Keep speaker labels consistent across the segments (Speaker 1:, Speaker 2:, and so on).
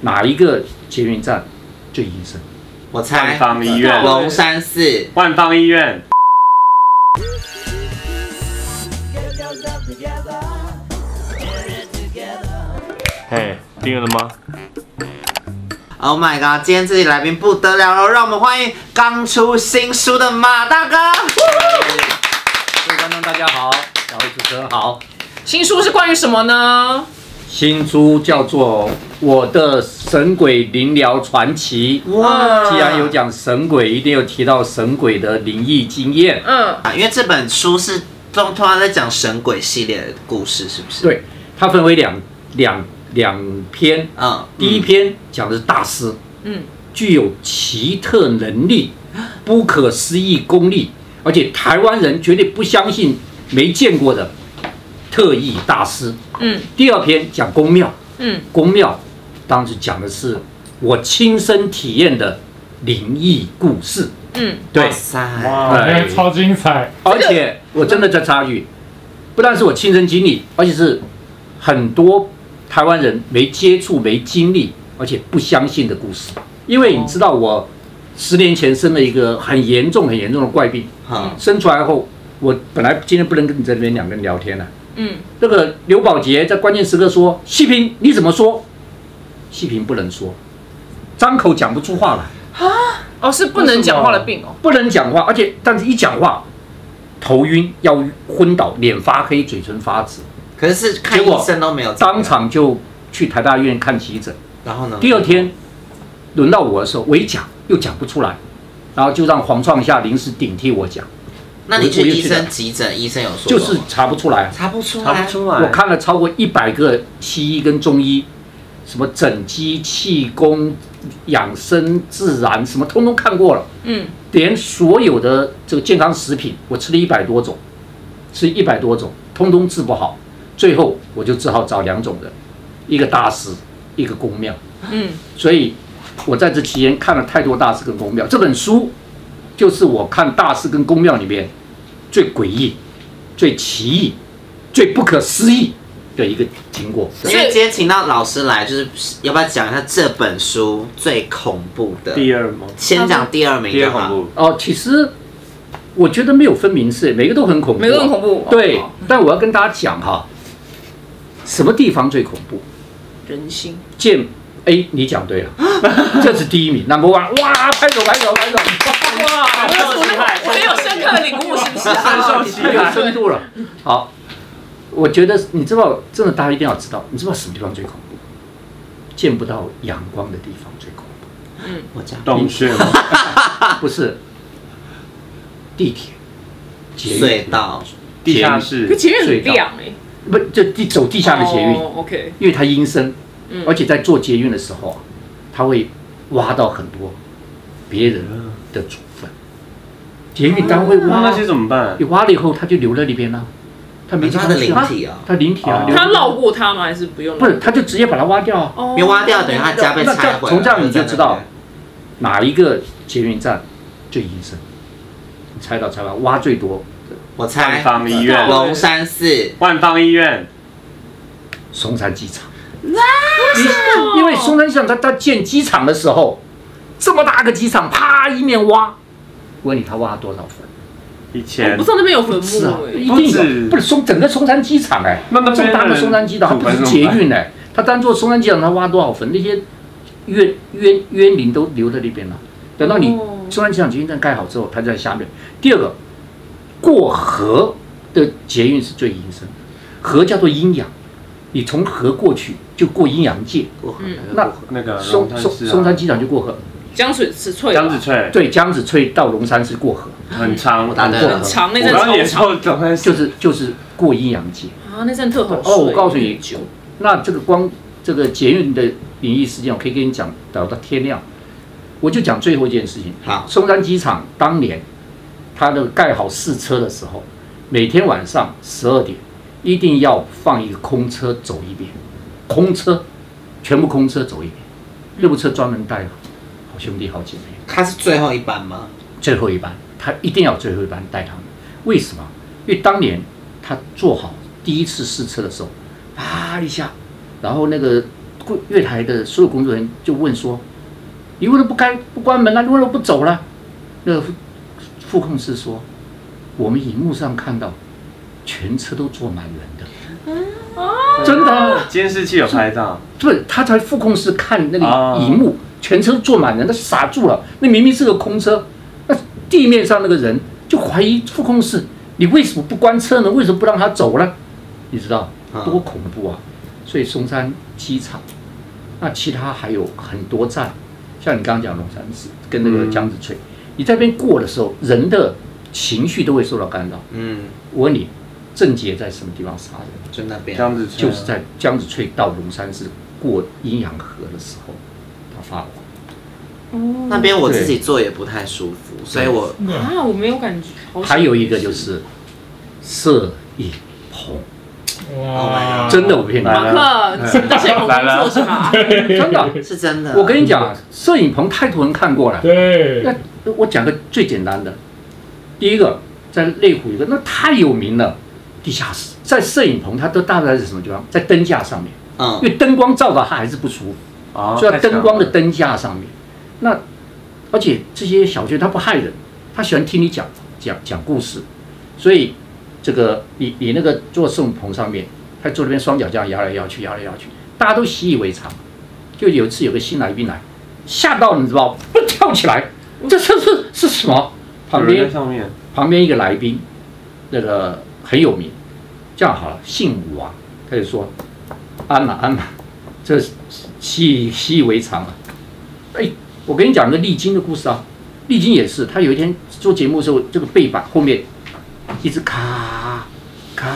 Speaker 1: 哪一个捷运站最医生？
Speaker 2: 我
Speaker 3: 万
Speaker 2: 猜
Speaker 3: 方医院，
Speaker 2: 龙山寺。
Speaker 3: 万方医院，
Speaker 4: 嘿，订阅了吗？
Speaker 2: Oh my god！今天这里来宾不得了哦，让我们欢迎刚出新书的马大哥。
Speaker 1: 各位观众大家好，两位主持人好，
Speaker 5: 新书是关于什么呢？
Speaker 1: 新书叫做《我的神鬼灵疗传奇》。
Speaker 2: 哇
Speaker 1: 既然有讲神鬼，一定有提到神鬼的灵异经验。
Speaker 5: 嗯，
Speaker 2: 啊，因为这本书是通通常在讲神鬼系列的故事，是不是？，
Speaker 1: 对，它分为两两两篇，
Speaker 2: 嗯，
Speaker 1: 第一篇讲的是大师，
Speaker 5: 嗯，
Speaker 1: 具有奇特能力、不可思议功力，而且台湾人绝对不相信没见过的特异大师。
Speaker 5: 嗯，
Speaker 1: 第二篇讲宫庙，
Speaker 5: 嗯，
Speaker 1: 宫庙当时讲的是我亲身体验的灵异故事，
Speaker 5: 嗯，
Speaker 1: 对
Speaker 2: 哇，塞，
Speaker 3: 哇，
Speaker 6: 哇，
Speaker 1: 哎
Speaker 6: 那个超精彩，
Speaker 1: 而且我真的在参与，不但是我亲身经历，而且是很多台湾人没接触、没经历，而且不相信的故事。因为你知道，我十年前生了一个很严重、很严重的怪病，
Speaker 2: 嗯，
Speaker 1: 生出来后，我本来今天不能跟你在这边两个人聊天了、啊
Speaker 5: 嗯，
Speaker 1: 那个刘宝杰在关键时刻说：“细平你怎么说？”细平不能说，张口讲不出话来，
Speaker 5: 哦，是不能讲话的病哦。
Speaker 1: 不能讲话，而且但是一讲话，头晕、要昏倒、脸发黑、嘴唇发紫，
Speaker 2: 可是是看
Speaker 1: 结果
Speaker 2: 医生都没有怎么
Speaker 1: 当，
Speaker 2: 样
Speaker 1: 场就去台大医院看急诊。
Speaker 2: 然后呢？
Speaker 1: 第二天轮到我的时候，我一讲又讲不出来，然后就让黄创夏临时顶替我讲，
Speaker 2: 那你
Speaker 1: 我
Speaker 2: 去
Speaker 1: 我又
Speaker 2: 医
Speaker 1: 去了
Speaker 2: 生急诊，医生有说
Speaker 1: 就是
Speaker 2: 什么
Speaker 1: 查不出来。啊
Speaker 2: 查不出来，
Speaker 3: 查不出
Speaker 1: 我
Speaker 3: 来，
Speaker 1: 看了超过一百个西医跟中医，什么整肌、气功、养生、自然，什么通通看过了，
Speaker 5: 嗯，
Speaker 1: 连所有的这个健康食品，我吃了一百多种，吃一百多种，通通治不好。最后我就只好找两种人，一个大师，一个公庙。
Speaker 5: 嗯，
Speaker 1: 所以我在这期间看了太多大师跟公庙。这本书就是我看大师跟公庙里面最诡异、最奇异、最不可思议的一个经过。
Speaker 2: 因为今天请到老师来，就是要不要讲一下这本书最恐怖的？
Speaker 3: 第二吗？
Speaker 2: 先讲第二名
Speaker 3: 第
Speaker 2: 就
Speaker 3: 二
Speaker 2: 好。
Speaker 3: 恐怖，
Speaker 1: 哦，其实我觉得没有分明是，每个都很恐怖，啊
Speaker 5: 每个都很恐怖。
Speaker 1: 对
Speaker 5: 哦，
Speaker 1: 但我要跟大家讲哈，什么地方最恐怖？
Speaker 5: 人心。
Speaker 1: 见 A，你讲 对了，这是第一名，Number One，哇，拍手拍手拍手，
Speaker 5: 哇，哦我有我很有深刻的领悟，是不是
Speaker 3: 深
Speaker 5: 啊？
Speaker 3: 受其
Speaker 1: 太有
Speaker 3: 害，
Speaker 1: 深度了。好，我觉得你知道，真的大家一定要知道，你知道什么地方最恐怖？见不到阳光的地方最恐怖，
Speaker 2: 我讲
Speaker 3: 洞穴吗？
Speaker 1: 不是地铁、捷运
Speaker 2: 隧道，
Speaker 3: 地下
Speaker 5: 可
Speaker 3: 室，
Speaker 5: 前面很亮哎，
Speaker 1: 不就地走地下的捷运，
Speaker 5: 哦 OK，
Speaker 1: 因为它阴森，
Speaker 5: 嗯
Speaker 1: 而且在做捷运的时候啊，它会挖到很多别人的祖坟，捷运单位
Speaker 3: 那
Speaker 1: 挖
Speaker 3: 那，些怎么办
Speaker 1: 你？挖了以后，它就留在里边了，它没
Speaker 2: 你
Speaker 1: 地
Speaker 2: 说他
Speaker 1: 方
Speaker 2: 的
Speaker 1: 去
Speaker 2: 灵
Speaker 1: 啊，
Speaker 2: 体哦，
Speaker 1: 它灵体啊
Speaker 3: 哦，
Speaker 1: 留
Speaker 5: 他绕过他吗？还是不用？
Speaker 1: 不是，它就直接把它挖掉啊。
Speaker 5: 哦，
Speaker 2: 别挖掉，等于他家被
Speaker 1: 那这
Speaker 2: 拆
Speaker 1: 样
Speaker 2: 毁了。
Speaker 1: 从这样你就知道
Speaker 2: 在
Speaker 1: 哪一个捷运站最阴森？你猜到猜到，挖最多
Speaker 2: 那边，我
Speaker 3: 万
Speaker 2: 猜
Speaker 3: 方医院，
Speaker 2: 龙山寺，
Speaker 3: 万方医院，
Speaker 1: 松山机场。你因为松山机场它它建机场的时候，这么大个机场，啪一面挖，问你他挖了多少坟？
Speaker 3: 以
Speaker 5: 哦我
Speaker 3: 前
Speaker 5: 哎不知道那边有坟
Speaker 1: 是啊
Speaker 5: 墓，
Speaker 1: 一
Speaker 5: 哎。
Speaker 1: 定
Speaker 3: 不止
Speaker 1: 有，不是松整个松山机场哎、
Speaker 3: 那那
Speaker 1: 这么
Speaker 3: 边
Speaker 1: 大
Speaker 3: 的
Speaker 1: 的
Speaker 3: 人
Speaker 1: 松山机场，它
Speaker 3: 祖
Speaker 1: 不
Speaker 3: 坟
Speaker 1: 是
Speaker 3: 怎
Speaker 1: 捷
Speaker 3: 么办？
Speaker 1: 运哎、它单做松山机场，它挖多少坟？那些冤冤冤灵都留在那边了。等到你
Speaker 5: 哦
Speaker 1: 松山机场捷运站盖好之后，它在下面。第二个，过河的捷运是最阴森的，河叫做阴阳，你从河过去就过阴阳界，
Speaker 2: 过河
Speaker 5: 嗯
Speaker 1: 那
Speaker 3: 那个
Speaker 1: 松
Speaker 3: 龙山
Speaker 1: 松
Speaker 3: 寺
Speaker 1: 松山
Speaker 3: 啊，
Speaker 1: 机场就过河，
Speaker 5: 江水是脆的
Speaker 3: 江
Speaker 5: 吧，
Speaker 3: 子翠
Speaker 1: 对，江子翠到龙山是过 河，
Speaker 3: 很长，
Speaker 2: 我答对
Speaker 3: 我
Speaker 2: 了
Speaker 5: 很，长那阵
Speaker 3: 刚刚也
Speaker 5: 超长
Speaker 3: 说龙山寺，
Speaker 1: 就是就是过阴阳界。
Speaker 5: 啊，那阵特好睡。
Speaker 1: 哦，我告诉你，那这个光这个捷运的灵异事件，我可以跟你讲聊到天亮。我就讲最后一件事情。
Speaker 2: 好
Speaker 1: 松山机场当年它的盖好试车的时候，每天晚上十二点一定要放一个空车走一遍，空车全部空车走一遍，那部车专门带好兄弟好姐妹。
Speaker 2: 他是最后一班吗？
Speaker 1: 最后一班，他一定要最后一班带他们。为什么？因为当年他做好第一次试车的时候，啪一下，然后那个柜月台的所有工作人员就问说：“你为什么不开不关门了、啊？你为什么不走了、那个副副控室说：“我们荧幕上看到，全车都坐满人的。”真的啊，
Speaker 3: 监视器有拍到，
Speaker 1: 不是他才副控室看那
Speaker 3: 哦
Speaker 1: 个荧幕，全车坐满人，他傻住了。那明明是个空车，那地面上那个人就怀疑副控室，你为什么不关车呢？为什么不让他走呢？你知道
Speaker 2: 啊
Speaker 1: 多恐怖啊！所以松山机场，那其他还有很多站，像你刚刚讲龙山寺跟那个江子翠，你在那边过的时候，人的情绪都会受到干扰。
Speaker 2: 嗯，
Speaker 1: 我问你，郑杰在什么地方杀人？
Speaker 2: 就那边
Speaker 3: 这，样子吹
Speaker 1: 就是在江子翠到龙山寺过阴阳河的时候，他发火。
Speaker 2: 那边我自己坐也不太舒服，所以我
Speaker 5: 啊，我没有感觉。好
Speaker 1: 还有一个就是摄影棚，
Speaker 2: 哇
Speaker 1: 真的我骗你，
Speaker 3: 来
Speaker 5: 马克，你在谁工
Speaker 4: 来了
Speaker 5: 作是吧？
Speaker 1: 真的。
Speaker 2: 是真的。
Speaker 1: 我跟你讲，摄影棚太多人看过了。
Speaker 6: 对，
Speaker 1: 那我讲个最简单的，第一个在内湖一个，那太有名了，地下室。在摄影棚，它都大概是什么地方？在灯架上面，
Speaker 2: 嗯
Speaker 1: 因为灯光照到它还是不舒服。
Speaker 3: 啊
Speaker 1: 就在灯光的，灯架上面。那而且这些小学他不害人，他喜欢听你讲讲讲故事，所以这个你你那个坐送棚上面，他坐那边双脚这样摇来摇去，摇来摇去，大家都习以为常。就有一次有个新来宾来，吓到你知道吗不跳起来，这这是是什么？旁
Speaker 3: 有人
Speaker 1: 边
Speaker 3: 在上面，
Speaker 1: 旁边一个来宾，那个很有名，这样好了，姓王，他就说：“安呐安呐，这是习以习以为常啊。”哎，我跟你讲个丽晶的故事啊，丽晶也是，她有一天做节目的时候，这个背板后面一直咔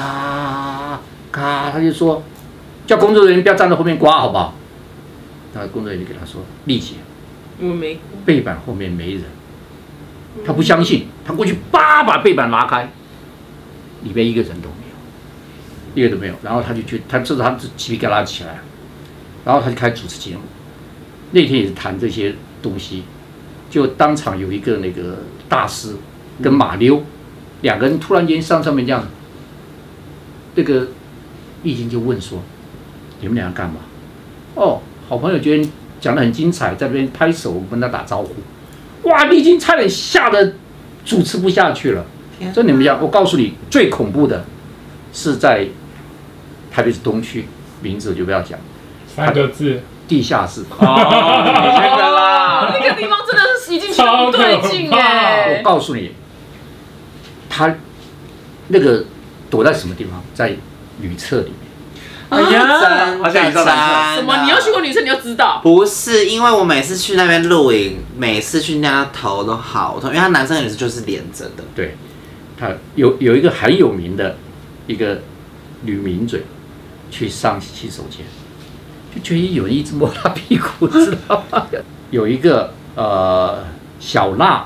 Speaker 1: 咔咔，她就说：“叫工作人员不要站在后面刮，好不好？”那工作人员就给她说：“丽姐，
Speaker 5: 我没。
Speaker 1: 背板后面没人，他不相信，他过去叭把背板拉开，里边一个人都没有，一个都没有。然后他就去，他这是他自己鸡皮疙瘩起来了，然后他就开始主持节目。那天也是谈这些东西，就当场有一个那个大师跟马溜两个人突然间上上面这样，那个丽晶就问说：“你们俩干嘛？”哦，好朋友觉得讲得很精彩，在那边拍手跟他打招呼。哇，丽晶差点吓得主持不下去了
Speaker 2: 天。
Speaker 1: 这你们讲，我告诉你，最恐怖的是在台北市东区，名字我就不要讲，
Speaker 6: 三个字，
Speaker 1: 地下室。
Speaker 3: 哦，你这个
Speaker 5: 啊，
Speaker 3: 啦，
Speaker 5: 那个地方真的是一进去都不对劲哎
Speaker 1: 我。告诉你，他那个躲在什么地方？在女厕里面。
Speaker 3: 哎
Speaker 2: 真
Speaker 3: 好像
Speaker 2: 的啊
Speaker 3: 你知道男
Speaker 5: 什么？你要去过女生，你就知道。
Speaker 2: 不是，因为我每次去那边露营，每次去那头都好痛，因为他男生女生就是连着的。
Speaker 1: 对，他有有一个很有名的一个女名嘴去上洗手间，就觉得有人一直摸她屁股，知道吗？ 有一个呃小娜，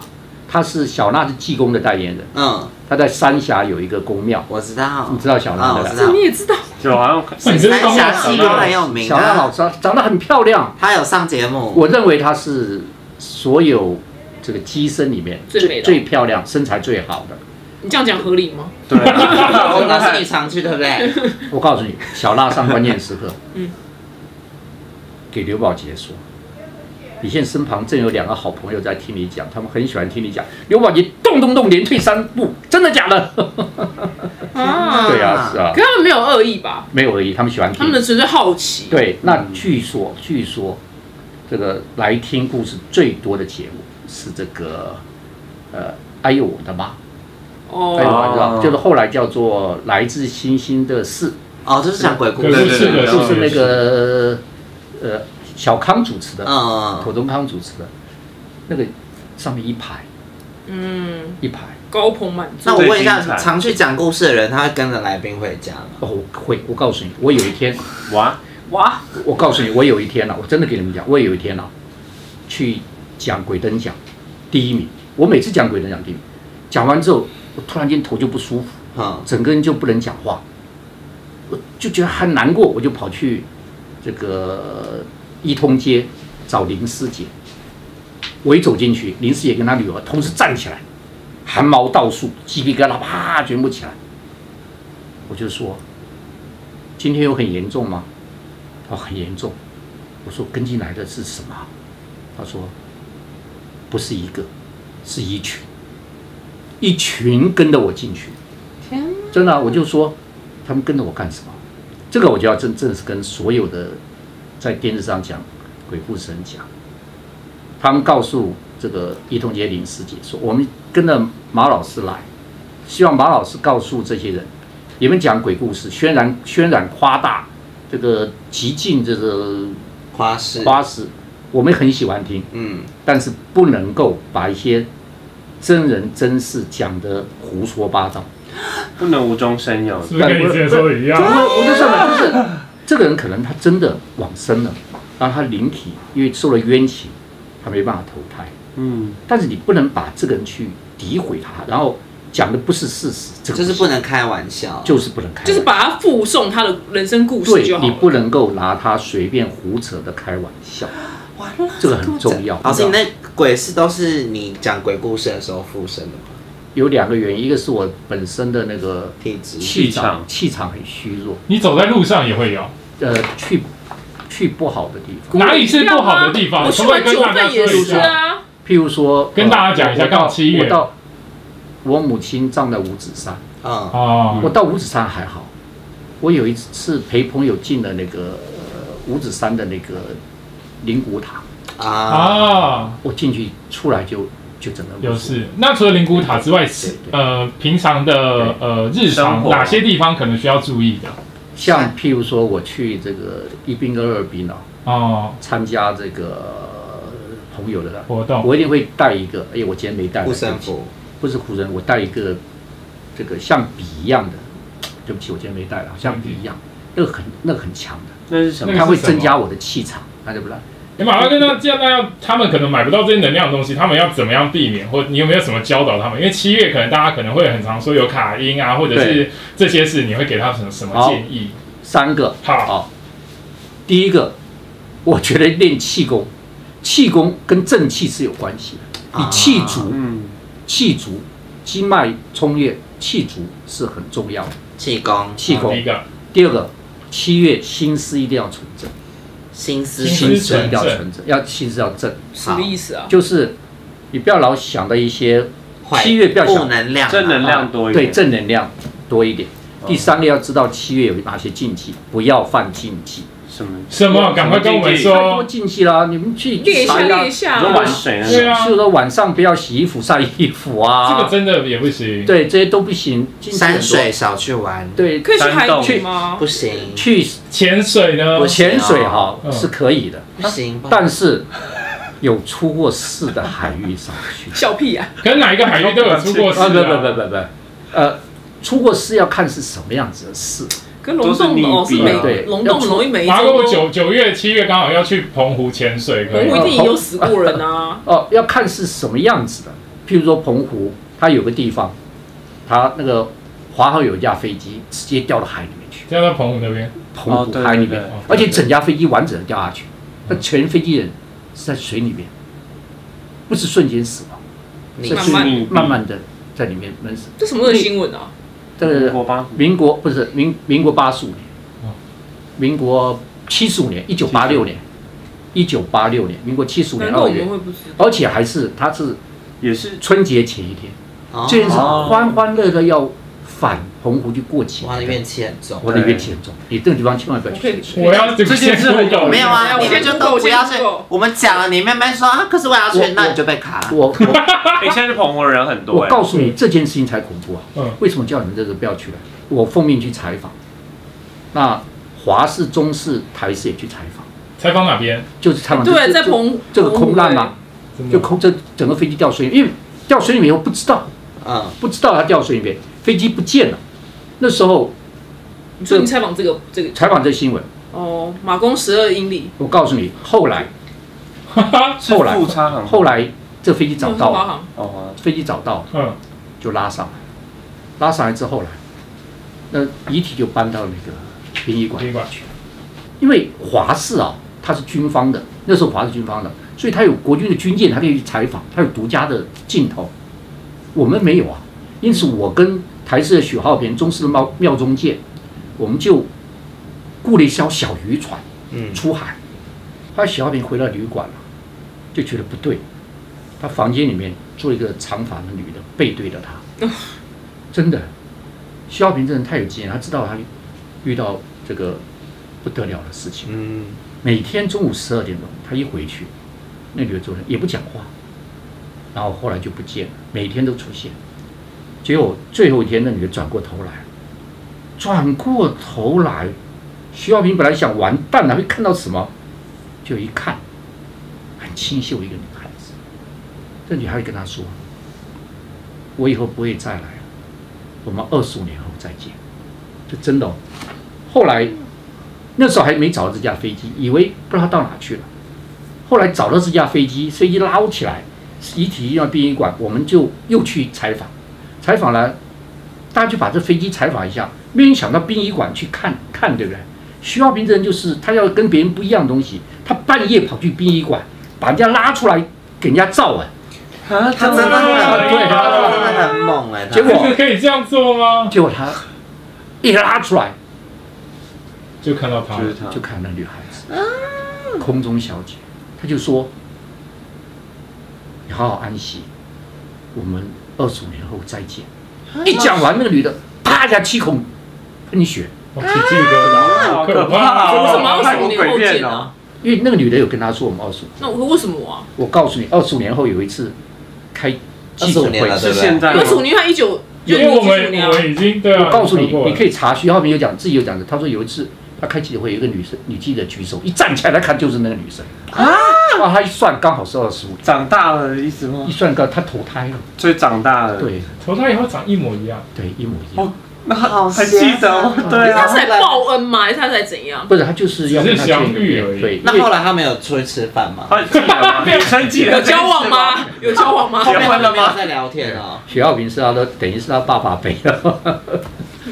Speaker 1: 她是小娜是济公的代言人，
Speaker 2: 嗯，
Speaker 1: 她在三峡有一个宫庙，
Speaker 2: 我知道，
Speaker 1: 你知道小
Speaker 2: 啊
Speaker 1: 娜
Speaker 2: 我
Speaker 1: 的
Speaker 2: 知
Speaker 1: 吧？
Speaker 2: 道
Speaker 5: 你，也知道，
Speaker 3: 就好像
Speaker 6: 你这是
Speaker 2: 三
Speaker 6: 刚
Speaker 2: 峡
Speaker 6: 刚
Speaker 2: 戏
Speaker 6: 讲
Speaker 2: 都
Speaker 6: 的
Speaker 2: 很有名
Speaker 1: 小娜老
Speaker 2: 啊，
Speaker 1: 师长得很漂亮，
Speaker 2: 他有上节目，
Speaker 1: 我认为她是所有这个机身里面
Speaker 5: 最美的
Speaker 1: 最漂亮、身材最好的。
Speaker 5: 你这样讲合理吗？
Speaker 3: 对啊，
Speaker 2: 我 那是你常去对不对？
Speaker 1: 我告诉你，小娜上关键时刻，
Speaker 5: 嗯，
Speaker 1: 给刘宝杰说，你现在身旁正有两个好朋友在听你讲，他们很喜欢听你讲。刘宝杰动动动连退三步，真的假的？
Speaker 5: 啊，
Speaker 1: 对啊，是啊
Speaker 5: 可，他们没有恶意吧？
Speaker 1: 没有而已，他们喜欢
Speaker 5: 他
Speaker 1: 听
Speaker 5: 们。的纯粹好奇。，
Speaker 1: 对，那据说据说，这个来听故事最多的节目是这个，呃，哎呦我的妈，哎呦
Speaker 5: 哦，
Speaker 1: 我知道，
Speaker 3: 哦
Speaker 1: 就是后来叫做《来自星星的事
Speaker 2: 哦，就是讲鬼故
Speaker 6: 鬼故
Speaker 2: 事，
Speaker 3: 对
Speaker 6: 事
Speaker 3: 对
Speaker 6: 的，》，
Speaker 3: 对
Speaker 1: 就是那个呃小康主持的，
Speaker 2: 嗯，
Speaker 1: 口中康主持的，那个上面一排
Speaker 5: 嗯，
Speaker 1: 一排，
Speaker 5: 高朋满座
Speaker 2: 那。我问一下
Speaker 3: 最精，彩
Speaker 2: 常去讲故事的人，他会跟着来宾回家吗？
Speaker 1: 哦，我会，我告诉你，我有一天，
Speaker 3: 哇，
Speaker 5: 哇，
Speaker 1: 我告诉你，我有一天了、啊我真的给你们讲，我有一天了、去讲鬼灯奖第一名，我每次讲鬼灯奖第一名，讲完之后，我突然间头就不舒服，
Speaker 2: 嗯，
Speaker 1: 整个人就不能讲话，我就觉得很难过，我就跑去这个一通街找林师姐。我一走进去，林师姐跟她女儿同时站起来，汗毛倒竖，鸡皮疙瘩啪全部起来。哦我就说：“今天有很严重吗？”她说：“很严重。”我说跟进来的是什么？他说不是一个，是一群，一群跟着我进去。
Speaker 5: 天哪，
Speaker 1: 真的啊、我就说他们跟着我干什么？这个我就要真正是跟所有的在电视上讲鬼故事人讲，他们告诉这个伊藤杰林师姐说，我们跟着马老师来，希望马老师告诉这些人，你们讲鬼故事，渲染渲染夸大这个极尽这个
Speaker 2: 花式，
Speaker 1: 夸饰，我们很喜欢听，
Speaker 2: 嗯，
Speaker 1: 但是不能够把一些真人真事讲的胡说八道。
Speaker 3: 不能无中生有。
Speaker 6: 是不是跟你之前说的一样？
Speaker 1: 我我就算了，就是
Speaker 5: 啊
Speaker 1: 这个人可能他真的往生了，然后他灵体因为受了冤情，他没办法投胎。
Speaker 3: 嗯，
Speaker 1: 但是你不能把这个人去诋毁他，然后讲的不是事实，这个
Speaker 2: 就是
Speaker 1: 行
Speaker 2: 不能开玩笑，
Speaker 1: 就是不能开玩笑，
Speaker 5: 就是把它附送他的人生故事就
Speaker 1: 对
Speaker 5: 好
Speaker 1: 你
Speaker 5: 了。
Speaker 1: 不能够拿他随便胡扯的开玩笑，
Speaker 2: 完了，
Speaker 1: 这个很重要。
Speaker 2: 老师，
Speaker 5: 啊
Speaker 2: 你那鬼是都是你讲鬼故事的时候附身的吗？
Speaker 1: 有两个原因，一个是我本身的那个
Speaker 2: 体质，
Speaker 1: 气
Speaker 3: 气场
Speaker 1: 场，气场很虚弱，
Speaker 6: 你走在路上也会有，
Speaker 1: 呃，去去不好的地方，
Speaker 6: 哪里是不好的地方？
Speaker 5: 啊我去玩
Speaker 6: 可不
Speaker 5: 九
Speaker 6: 可以跟大家
Speaker 5: 份也
Speaker 6: 说一
Speaker 5: 是
Speaker 6: 下，
Speaker 5: 啊，
Speaker 1: 譬如说，
Speaker 6: 跟大家讲一下
Speaker 1: 呃我
Speaker 6: 刚好
Speaker 1: 到
Speaker 6: 七月
Speaker 1: 我到我母亲葬在五指山，
Speaker 2: 嗯，
Speaker 6: 哦，
Speaker 1: 我到五指山还好。我有一次陪朋友进了那个呃五指山的那个灵骨塔，
Speaker 2: 啊，
Speaker 6: 啊，
Speaker 1: 我进去出来就就整个
Speaker 6: 有事。那除了灵骨塔之外，是
Speaker 1: 对
Speaker 6: 呃，平常的呃日
Speaker 3: 生
Speaker 6: 常
Speaker 3: 活
Speaker 6: 哪些地方可能需要注意的？
Speaker 1: 像譬如说我去这个一兵跟二兵呢、
Speaker 6: 哦，
Speaker 1: 参加这个呃朋友的啦，
Speaker 6: 活动
Speaker 1: 我一定会带一个。哎，我今天没带来
Speaker 2: 护身，
Speaker 1: 对不
Speaker 2: 符
Speaker 1: 起不是护身，我带一个这个像笔一样的。对不起，我今天没带了，像笔一样，那个很那个很强的。
Speaker 3: 那是什
Speaker 6: 那
Speaker 3: 么？
Speaker 6: 个
Speaker 1: 它会
Speaker 6: 是什么
Speaker 1: 增加我的气场，那就不然。
Speaker 6: 你哎马上跟他这样，那要他们可能买不到这些能量的东西，他们要怎么样避免，或你有没有什么教导他们？因为七月可能大家可能会很常说有卡音啊，或者是这些事，你会给他什么什么
Speaker 1: 好
Speaker 6: 建议？
Speaker 1: 三个哦
Speaker 6: 好
Speaker 1: 第一个，我觉得练气功，气功跟正气是有关系的。你
Speaker 2: 啊
Speaker 1: 气足，
Speaker 3: 嗯，
Speaker 1: 气足，经脉冲越，气足是很重要的。
Speaker 2: 气功、
Speaker 1: 气
Speaker 6: 好第一
Speaker 1: 功。
Speaker 6: 个
Speaker 1: 第二个，七月心思一定要纯正，
Speaker 2: 心思
Speaker 1: 心
Speaker 6: 心思
Speaker 1: 思一定要
Speaker 6: 纯
Speaker 1: 纯正，要心思要正，
Speaker 5: 什么意思啊？
Speaker 1: 就是你不要老想的一些
Speaker 2: 坏
Speaker 1: 七月不要
Speaker 2: 负
Speaker 1: 想
Speaker 2: 能量啊，
Speaker 3: 正能量多一
Speaker 1: 对
Speaker 3: 点。，
Speaker 1: 正能量多一点。
Speaker 3: 哦
Speaker 1: 第三个要知道七月有哪些禁忌，不要犯禁忌。
Speaker 3: 什么
Speaker 6: 什么赶快跟我们说
Speaker 1: 太多禁忌啦，你们去
Speaker 5: 列一下
Speaker 1: 查
Speaker 5: 列一下
Speaker 3: 你
Speaker 5: 啊，
Speaker 3: 说玩水那
Speaker 6: 对
Speaker 3: 种，
Speaker 6: 啊
Speaker 1: 就，是说晚上不要洗衣服、晒衣服
Speaker 6: 这个
Speaker 1: 啊，
Speaker 6: 真的也不行。
Speaker 1: 对，这些都不行。禁忌很多
Speaker 2: 山水少去玩，，
Speaker 1: 对，
Speaker 5: 可以去海
Speaker 3: 山洞
Speaker 5: 底吗。
Speaker 2: 不？行，
Speaker 1: 去
Speaker 6: 潜水呢
Speaker 2: 不？行
Speaker 1: 潜水哈
Speaker 6: 嗯
Speaker 1: 是可以的，
Speaker 2: 不行吧，
Speaker 1: 但是有出过事的海域上去
Speaker 5: 笑屁啊！
Speaker 6: 可能哪一个海域都有出过事
Speaker 1: 啊，不不
Speaker 6: 啊？
Speaker 1: 不不不，呃，出过事要看是什么样子的事。
Speaker 5: 跟龙洞哦
Speaker 3: 都是
Speaker 5: 是
Speaker 3: 逆
Speaker 1: 比啊
Speaker 5: 每
Speaker 1: 对
Speaker 5: 龙洞容易每一
Speaker 6: 马
Speaker 5: 周
Speaker 6: 哥，我
Speaker 5: 都，
Speaker 6: 九九月、七月刚好要去澎湖潜水，可
Speaker 5: 澎
Speaker 6: 以
Speaker 5: 湖
Speaker 1: 啊
Speaker 6: 吗？
Speaker 5: 一定也有死过 人啊。
Speaker 1: 哦，要看是什么样子的。譬如说澎湖，它有个地方，它那个华航有一架飞机直接掉到海里面去，
Speaker 6: 这样在澎湖那边，
Speaker 1: 澎湖
Speaker 3: 对
Speaker 1: 海里
Speaker 3: 对
Speaker 1: 面，
Speaker 3: 对
Speaker 6: 哦
Speaker 1: 而且整架飞机完整的掉下去，那全飞机人是在水里面，不是瞬间死亡，
Speaker 2: 你
Speaker 1: 是
Speaker 5: 慢
Speaker 1: 瞬
Speaker 5: 慢
Speaker 1: 间慢慢的在里面闷死。
Speaker 5: 这什么时候的新闻啊？
Speaker 1: 这
Speaker 3: 民
Speaker 1: 个
Speaker 3: 国八
Speaker 1: 民国不是民民国八十五年
Speaker 6: 哦，
Speaker 1: 民国七十五年，一九八六年，一九八六年，民国七十五
Speaker 5: 难
Speaker 1: 年
Speaker 5: 怪
Speaker 1: 二
Speaker 5: 我
Speaker 1: 月
Speaker 5: 们，会不知道。
Speaker 1: 而且还是它是
Speaker 3: 也是
Speaker 1: 春节前一天，
Speaker 2: 哦
Speaker 1: 这件事
Speaker 3: 哦
Speaker 1: 欢欢乐乐要返澎湖去过节
Speaker 2: 哇，你
Speaker 1: 的，
Speaker 2: 怨气很重。
Speaker 1: 我的冤气很重，你这个地方千万不要
Speaker 5: 我可以
Speaker 1: 去。
Speaker 6: 我要这
Speaker 3: 这件事很有
Speaker 2: 没有啊，
Speaker 5: 我
Speaker 2: 你们
Speaker 5: 先
Speaker 2: 就
Speaker 5: Google，
Speaker 2: 都不
Speaker 5: 我先
Speaker 2: 要去
Speaker 5: Google。
Speaker 2: 我们讲了，你妹妹说啊，可是我要
Speaker 1: 我
Speaker 2: 去，那
Speaker 1: 我
Speaker 2: 你就被卡了。
Speaker 1: 我我
Speaker 3: 哎、现在是澎湖人很多
Speaker 1: 我
Speaker 3: 哎、
Speaker 1: 告诉你，这件事情才恐怖啊！
Speaker 6: 嗯
Speaker 1: 为什么叫你们这个不要去呢？啊我奉命去采访，那华视、中视、台视也去采访，
Speaker 6: 采访哪边？
Speaker 1: 就是采访这
Speaker 5: 哎对，啊
Speaker 1: 这
Speaker 5: 在澎湖哎
Speaker 1: 这个空难嘛，
Speaker 6: 真的
Speaker 1: 就空这整个飞机掉水里面，因为掉水里面以后不知道，
Speaker 2: 嗯，
Speaker 1: 不知道它掉水里面，飞机不见了。那时候
Speaker 5: 你说你采访这个这个
Speaker 1: 采访这新闻，
Speaker 5: 哦，马公十二英里，
Speaker 1: 我告诉你，后来
Speaker 3: 哎是
Speaker 1: 后来
Speaker 3: 富差行
Speaker 1: 后来这飞机找到
Speaker 5: 华
Speaker 1: 了，
Speaker 5: 航
Speaker 3: 哦，
Speaker 1: 飞机找到
Speaker 6: 嗯，
Speaker 1: 就拉上来，拉上来之后呢，那遗体就搬到那个殡仪馆
Speaker 6: 宾。馆去。
Speaker 1: 因为华视啊，它是军方的，那时候华视军方的，所以它有国军的军舰，它可以去采访，它有独家的镜头，我们没有啊。因此，我跟台视的许浩平、中视的廖廖中介，我们就雇了一艘小渔船
Speaker 2: 嗯
Speaker 1: 出海，后来许浩平回到旅馆了，就觉得不对，他房间里面坐一个长发的女的背对着他，真的，许浩平这人太有经验，他知道他遇到这个不得了的事情。
Speaker 4: 嗯，
Speaker 1: 每天中午十二点钟，他一回去，那女的坐着也不讲话，然后后来就不见了，每天都出现。结果最后一天，那女的转过头来，转过头来，徐小平本来想完蛋了，会看到什么，就一看，很清秀一个女孩子。这女孩跟他说：“我以后不会再来了，我们二十五年后再见。”就真的、哦。后来那时候还没找到这架飞机，以为不知道到哪去了。后来找到这架飞机，飞机捞起来，遗体移到殡仪馆，我们就又去采访。采访了，大家就把这飞机采访一下，没人想到殡仪馆去看看，对不对？徐浩平这人就是他要跟别人不一样的东西，他半夜跑去殡仪馆，把人家拉出来给人家照啊，
Speaker 3: 啊，
Speaker 2: 他真的很
Speaker 1: 对
Speaker 2: 他真的
Speaker 3: 啊，
Speaker 2: 很猛哎、他
Speaker 1: 结果
Speaker 6: 这个可以这样做吗？
Speaker 1: 结果他一拉出来
Speaker 6: 啊就看到他
Speaker 3: 就是他，
Speaker 1: 就看那女孩子，空中小姐，他就说：“你好好安息，我们二十五年后再见。”一讲完，那个女的啪一下七孔喷血，
Speaker 6: 哇，起鸡皮疙
Speaker 1: 啊
Speaker 6: 瘩，好可怕
Speaker 5: 为什么
Speaker 6: 哦！
Speaker 5: 二
Speaker 3: 看
Speaker 5: 十
Speaker 3: 过
Speaker 5: 五年
Speaker 3: 鬼
Speaker 5: 后
Speaker 3: 片
Speaker 5: 见
Speaker 3: 哦
Speaker 5: 啊？
Speaker 1: 因为那个女的有跟他说我们二十五。
Speaker 5: 那我为什么啊？
Speaker 1: 我告诉你，二十五年后有一次开记者
Speaker 2: 25年
Speaker 1: 会，
Speaker 2: 了
Speaker 3: 是现
Speaker 1: 啊
Speaker 3: 在吗
Speaker 5: 二十五年他一九，
Speaker 6: 因
Speaker 5: 就
Speaker 6: 为
Speaker 5: 一
Speaker 6: 我
Speaker 5: 九九五
Speaker 6: 们
Speaker 5: 年
Speaker 6: 我
Speaker 5: 啊
Speaker 6: 们已经对啊，
Speaker 1: 我告诉你
Speaker 6: 看过，了
Speaker 1: 你可以查徐浩平有讲，自己有讲的，他说有一次他开记者会，有一个女生女记者举手，一站起来，他看就是那个女生啊，啊，他一算刚好是二十五，
Speaker 3: 长大了的意思吗
Speaker 1: 一？算刚他投胎了，
Speaker 3: 所以长大了，，
Speaker 1: 对
Speaker 6: 头胎以后长一模一样，
Speaker 1: 对，一模一样，
Speaker 3: 那
Speaker 2: 好
Speaker 3: 还记得吗
Speaker 2: 邪恶？
Speaker 3: 对
Speaker 5: 他
Speaker 3: 啊
Speaker 5: 是，在报恩吗？还是他在怎样？
Speaker 1: 不是他就是要
Speaker 6: 只
Speaker 1: 跟
Speaker 6: 是
Speaker 1: 他
Speaker 6: 相
Speaker 1: 见个
Speaker 6: 遇
Speaker 1: 面
Speaker 6: 而已
Speaker 1: 对，因
Speaker 2: 那
Speaker 1: 为
Speaker 2: 后来他们有出去吃饭吗？
Speaker 3: 他记得吗？女生
Speaker 6: 啊
Speaker 3: 记得
Speaker 5: 有交往吗？有交往吗？
Speaker 2: 后面
Speaker 1: 啊
Speaker 3: 结婚了吗
Speaker 2: 他们没有在聊天哦。
Speaker 1: 徐浩平是他的，等于是他爸爸背的。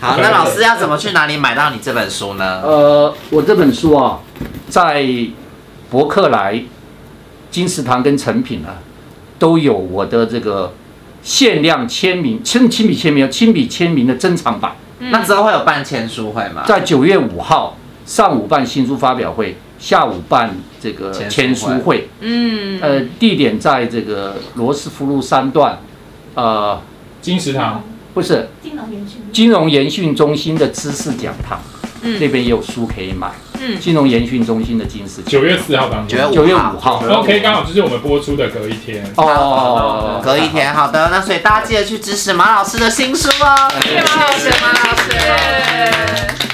Speaker 2: 好，那老师要怎么去哪里买到你这本书 呢？
Speaker 1: 呃，我这本书啊，在博客来、金石堂跟成品啊，都有我的这个限量签名，亲亲笔签名，亲笔签名的珍藏版，
Speaker 5: 嗯
Speaker 2: 那之后会有办签书会
Speaker 6: 啊
Speaker 2: 吗？
Speaker 1: 在九月五号上午办新书发表会，下午办这个
Speaker 2: 签书
Speaker 1: 签书会。
Speaker 5: 嗯，
Speaker 1: 呃，地点在这个罗斯福路三段，呃，
Speaker 6: 金石堂
Speaker 1: 不是
Speaker 7: 金融园区。
Speaker 1: 金融研训中心的知识讲堂，
Speaker 5: 嗯
Speaker 1: 那边也有书可以买。
Speaker 5: 嗯
Speaker 1: 金融研训中心的金石讲堂
Speaker 6: 九月四号当
Speaker 2: 九
Speaker 6: 天
Speaker 2: 月
Speaker 1: 九月
Speaker 2: 五
Speaker 1: 五号
Speaker 6: 然后可以刚好就是我们播出的隔一天。
Speaker 1: 哦，
Speaker 2: 隔一天，好的，那所以大家记得去支持马老师的新书哦。
Speaker 5: 谢谢马老师，谢谢马老师。